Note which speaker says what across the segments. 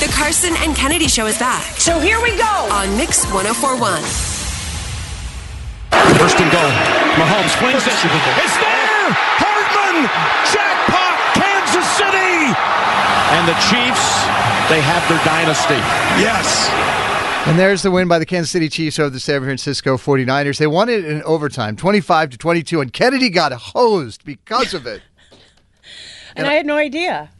Speaker 1: The Carson and Kennedy Show is back. So here we go on Mix 1041.
Speaker 2: First and goal. Mahomes flings it. It's there. Hartman. Jackpot. Kansas City. And the Chiefs, they have their dynasty. Yes.
Speaker 3: And there's the win by the Kansas City Chiefs over the San Francisco 49ers. They won it in overtime, 25 to 22, and Kennedy got hosed because of it.
Speaker 4: And I had no idea.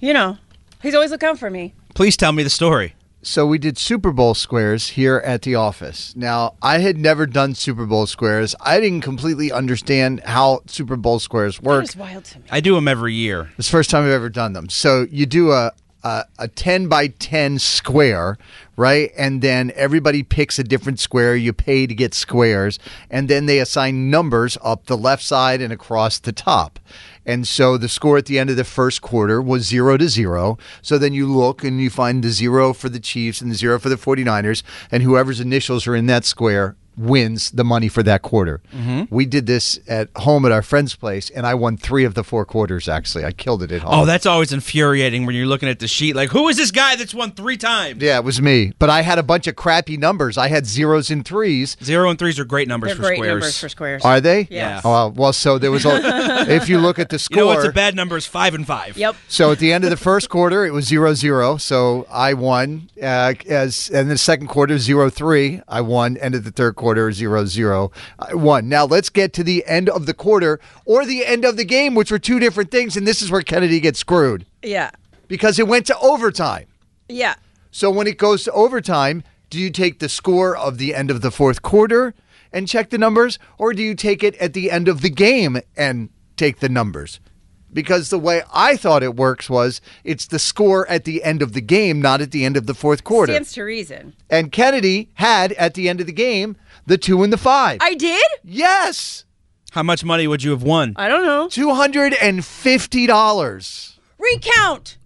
Speaker 4: You know, he's always looking out for me.
Speaker 3: Please tell me the story. So we did Super Bowl squares here at the office. Now, I had never done Super Bowl squares. I didn't completely understand how Super Bowl squares work.
Speaker 4: It's wild to me.
Speaker 5: I do them every year.
Speaker 3: It's the first time I've ever done them. So you do a a, a ten by ten square, right? And then everybody picks a different square. You pay to get squares, and then they assign numbers up the left side and across the top. And so the score at the end of the first quarter was zero to zero. So then you look and you find the zero for the Chiefs and the zero for the 49ers, and whoever's initials are in that square wins the money for that quarter.
Speaker 5: Mm-hmm.
Speaker 3: We did this at home at our friend's place, and I won three of the four quarters, actually. I killed it at home.
Speaker 5: Oh, that's always infuriating when you're looking at the sheet. Like, who is this guy that's won three times?
Speaker 3: Yeah, it was me. But I had a bunch of crappy numbers. I had zeros and threes.
Speaker 5: Zero and threes are great numbers
Speaker 4: They're
Speaker 5: for
Speaker 4: great
Speaker 5: squares.
Speaker 4: numbers for squares.
Speaker 3: Are they?
Speaker 4: Yes.
Speaker 3: Oh, well, so there was a. if you look at the
Speaker 5: you
Speaker 3: score.
Speaker 5: know what's a bad number is five and five.
Speaker 4: Yep.
Speaker 3: So at the end of the first quarter, it was 0 0. So I won. Uh, as And the second quarter, 0 3. I won. End of the third quarter, 0 0. I won. Now let's get to the end of the quarter or the end of the game, which were two different things. And this is where Kennedy gets screwed
Speaker 4: Yeah.
Speaker 3: because it went to overtime.
Speaker 4: Yeah.
Speaker 3: So when it goes to overtime, do you take the score of the end of the fourth quarter and check the numbers, or do you take it at the end of the game and take the numbers? Because the way I thought it works was it's the score at the end of the game, not at the end of the fourth quarter.
Speaker 4: Stands to reason.
Speaker 3: and Kennedy had at the end of the game the two and the five.
Speaker 4: I did?
Speaker 3: yes,
Speaker 5: How much money would you have won?
Speaker 4: I don't know.
Speaker 3: two hundred and fifty dollars.
Speaker 4: Recount.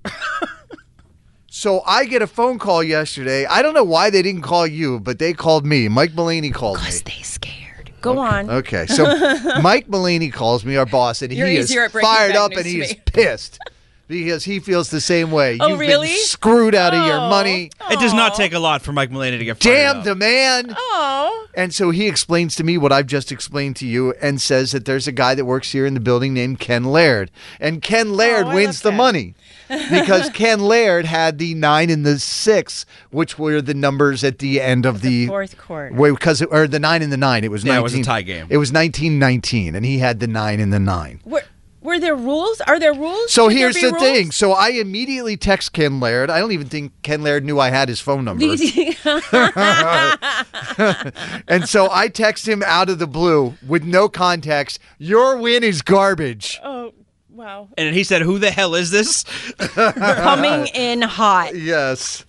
Speaker 3: So I get a phone call yesterday. I don't know why they didn't call you, but they called me. Mike Mullaney called me.
Speaker 4: Stay scared. Go on.
Speaker 3: Okay, so Mike Mullaney calls me our boss, and
Speaker 4: You're
Speaker 3: he is
Speaker 4: easier at breaking
Speaker 3: fired
Speaker 4: bad
Speaker 3: up
Speaker 4: news
Speaker 3: and
Speaker 4: to
Speaker 3: he is
Speaker 4: me.
Speaker 3: pissed because he feels the same way.
Speaker 4: Oh,
Speaker 3: You've been
Speaker 4: really?
Speaker 3: screwed out of your
Speaker 4: Oh.
Speaker 3: money.
Speaker 5: It does not take a lot for Mike Mulaney to get fired
Speaker 3: Damn
Speaker 5: up.
Speaker 3: the man.
Speaker 4: Oh.
Speaker 3: And so he explains to me what I've just explained to you and says that there's a guy that works here in the building named Ken Laird. And Ken Laird
Speaker 4: Oh, I
Speaker 3: wins
Speaker 4: love
Speaker 3: the
Speaker 4: Ken.
Speaker 3: money because Ken Laird had the nine and the six, which were the numbers at the end of the,
Speaker 4: fourth quarter.
Speaker 3: Wait, because it, or the nine and the nine. It was
Speaker 5: Yeah,
Speaker 3: 19,
Speaker 5: it was a tie game.
Speaker 3: It was 19 19, and he had the nine and the nine.
Speaker 4: Were, were there rules? Are there rules?
Speaker 3: So
Speaker 4: Should there
Speaker 3: here's
Speaker 4: be
Speaker 3: the
Speaker 4: rules?
Speaker 3: thing. So I immediately text Ken Laird. I don't even think Ken Laird knew I had his phone number. and so I text him out of the blue with no context. Your win is garbage.
Speaker 4: oh, wow.
Speaker 5: And he said, "Who the hell is this?"
Speaker 4: Coming in hot.
Speaker 3: Yes.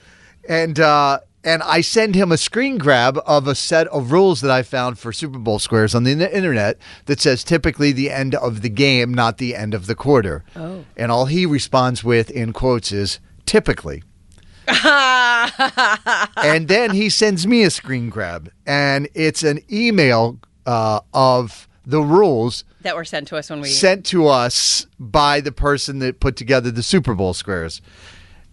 Speaker 3: And uh and I send him a screen grab of a set of rules that I found for Super Bowl squares on the in- internet that says typically the end of the game, not the end of the quarter. Oh. And all he responds with in quotes is typically. and then he sends me a screen grab, and it's an email uh, of the rules
Speaker 4: That were sent to us when we.
Speaker 3: sent to us by the person that put together the Super Bowl squares.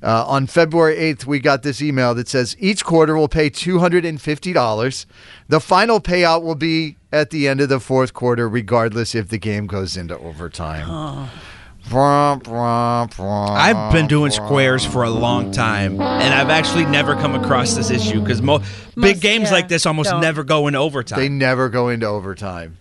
Speaker 3: Uh, on February 8th, we got this email that says each quarter will pay $250. The final payout will be at the end of the fourth quarter, regardless if the game goes into overtime. I've
Speaker 5: I've been doing squares for a long time, and I've actually never come across this issue because mo- big
Speaker 4: Most-
Speaker 5: games
Speaker 4: yeah,
Speaker 5: like this almost
Speaker 4: don't.
Speaker 5: never go in overtime.
Speaker 3: They never go into overtime.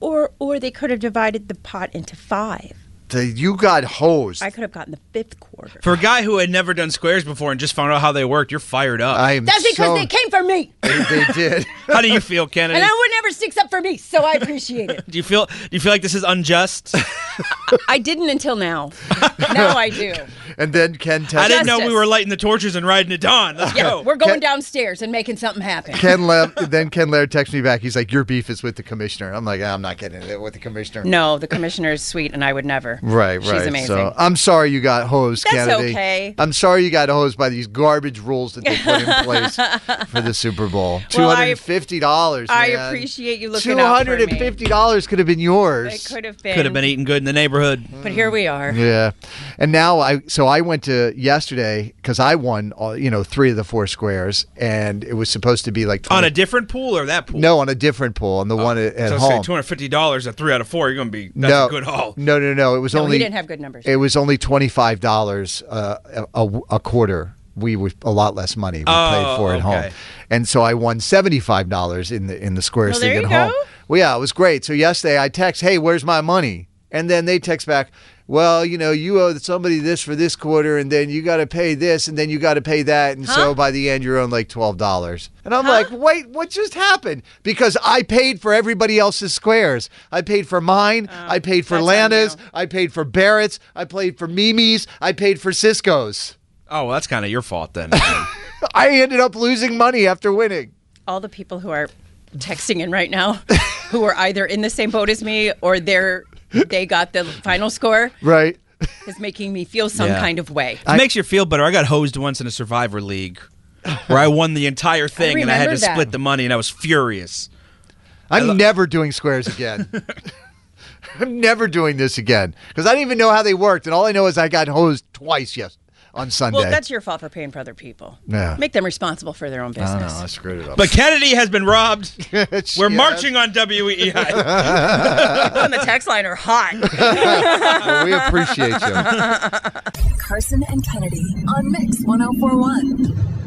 Speaker 4: Or or they could have divided the pot into five.
Speaker 3: The, you got hosed.
Speaker 4: I could have gotten the fifth quarter.
Speaker 5: For a guy who had never done squares before and just found out how they worked, you're fired up.
Speaker 3: I am
Speaker 6: That's because
Speaker 3: so-
Speaker 6: they came for me,
Speaker 3: They did.
Speaker 5: how do you feel, Kennedy?
Speaker 6: and I would never sticks up for me, so I appreciate it.
Speaker 5: do you feel do you feel like this is unjust?
Speaker 6: I didn't until now. Now I do.
Speaker 3: and then Ken
Speaker 5: I didn't
Speaker 3: Testa.
Speaker 5: know we
Speaker 6: Justice.
Speaker 5: were lighting the torches and riding it dawn. Let's
Speaker 3: Oh.
Speaker 5: go.
Speaker 6: We're going downstairs and making something happen.
Speaker 3: Ken Le- then Ken Laird texts me back. He's like, "Your beef is with the commissioner." I'm like, "I'm not getting it with the commissioner."
Speaker 4: No, the commissioner is sweet, and I would never.
Speaker 3: Right,
Speaker 4: She's
Speaker 3: right.
Speaker 4: amazing.
Speaker 3: So I'm sorry you got hosed,
Speaker 4: That's
Speaker 3: Kennedy.
Speaker 4: okay.
Speaker 3: I'm sorry you got hosed by these garbage rules that they put in place for the Super Bowl. Two
Speaker 4: Well,
Speaker 3: hundred
Speaker 4: I-
Speaker 3: and fifty dollars.
Speaker 4: I appreciate you looking
Speaker 3: Two
Speaker 4: out
Speaker 3: hundred
Speaker 4: for me.
Speaker 3: and fifty dollars could have been yours.
Speaker 4: It could have been.
Speaker 5: Could have been eating good in the neighborhood.
Speaker 4: But here we are.
Speaker 3: Yeah, and now I so I went to yesterday because I won all you know three of the four squares, and it was supposed to be like 20,
Speaker 5: On a different pool or that pool?
Speaker 3: no on a different pool on the one at, at
Speaker 5: So
Speaker 3: home.
Speaker 5: say two hundred fifty dollars at three out of four. You're gonna be that's
Speaker 3: no,
Speaker 5: a good haul.
Speaker 3: no, no, no. It was
Speaker 6: No,
Speaker 3: only
Speaker 6: he didn't have good numbers.
Speaker 3: It was only twenty five dollars uh, a, a- a quarter. We were a lot less money. We
Speaker 5: Oh,
Speaker 3: played for at
Speaker 5: okay.
Speaker 3: home, and so I won seventy five dollars in the in the squares
Speaker 4: Well,
Speaker 3: thing
Speaker 4: there
Speaker 3: at
Speaker 4: you
Speaker 3: home.
Speaker 4: go.
Speaker 3: Well, yeah, it was great. So yesterday I text, "Hey, where's my money?" And then they text back, "Well, you know, you owe somebody this for this quarter, and then you got to pay this, and then you got to pay that, and so by the end you're on like twelve dollars." And I'm like, "Wait, what just happened?" Because I paid for everybody else's squares. I paid for mine. I paid for
Speaker 4: that's on
Speaker 3: Lana's.
Speaker 4: you.
Speaker 3: I paid for Barrett's. I paid for Mimi's. I paid for Cisco's.
Speaker 5: Oh, well, that's kind of your fault then.
Speaker 3: I ended up losing money after winning.
Speaker 4: All the people who are texting in right now, who are either in the same boat as me or they're they got the final score,
Speaker 3: Right.
Speaker 4: is making me feel some
Speaker 5: Yeah.
Speaker 4: kind of way.
Speaker 5: It makes you feel better. I got hosed once in a Survivor League where I won the entire thing and I had to
Speaker 6: remember that.
Speaker 5: split the money and I was furious.
Speaker 3: I'm never doing squares again. I'm never doing this again because I didn't even know how they worked, and all I know is I got hosed twice yes on Sunday.
Speaker 4: Well, that's your fault for paying for other people.
Speaker 3: Yeah.
Speaker 4: Make them responsible for their own
Speaker 3: I
Speaker 4: business.
Speaker 3: know, Oh, I screwed it up.
Speaker 5: But Kennedy has been robbed.
Speaker 3: She
Speaker 5: We're
Speaker 3: has-
Speaker 5: marching on E WEEI.
Speaker 4: People on Oh, the text line are hot.
Speaker 3: Well, we appreciate you.
Speaker 7: Carson and Kennedy on Mix 1041.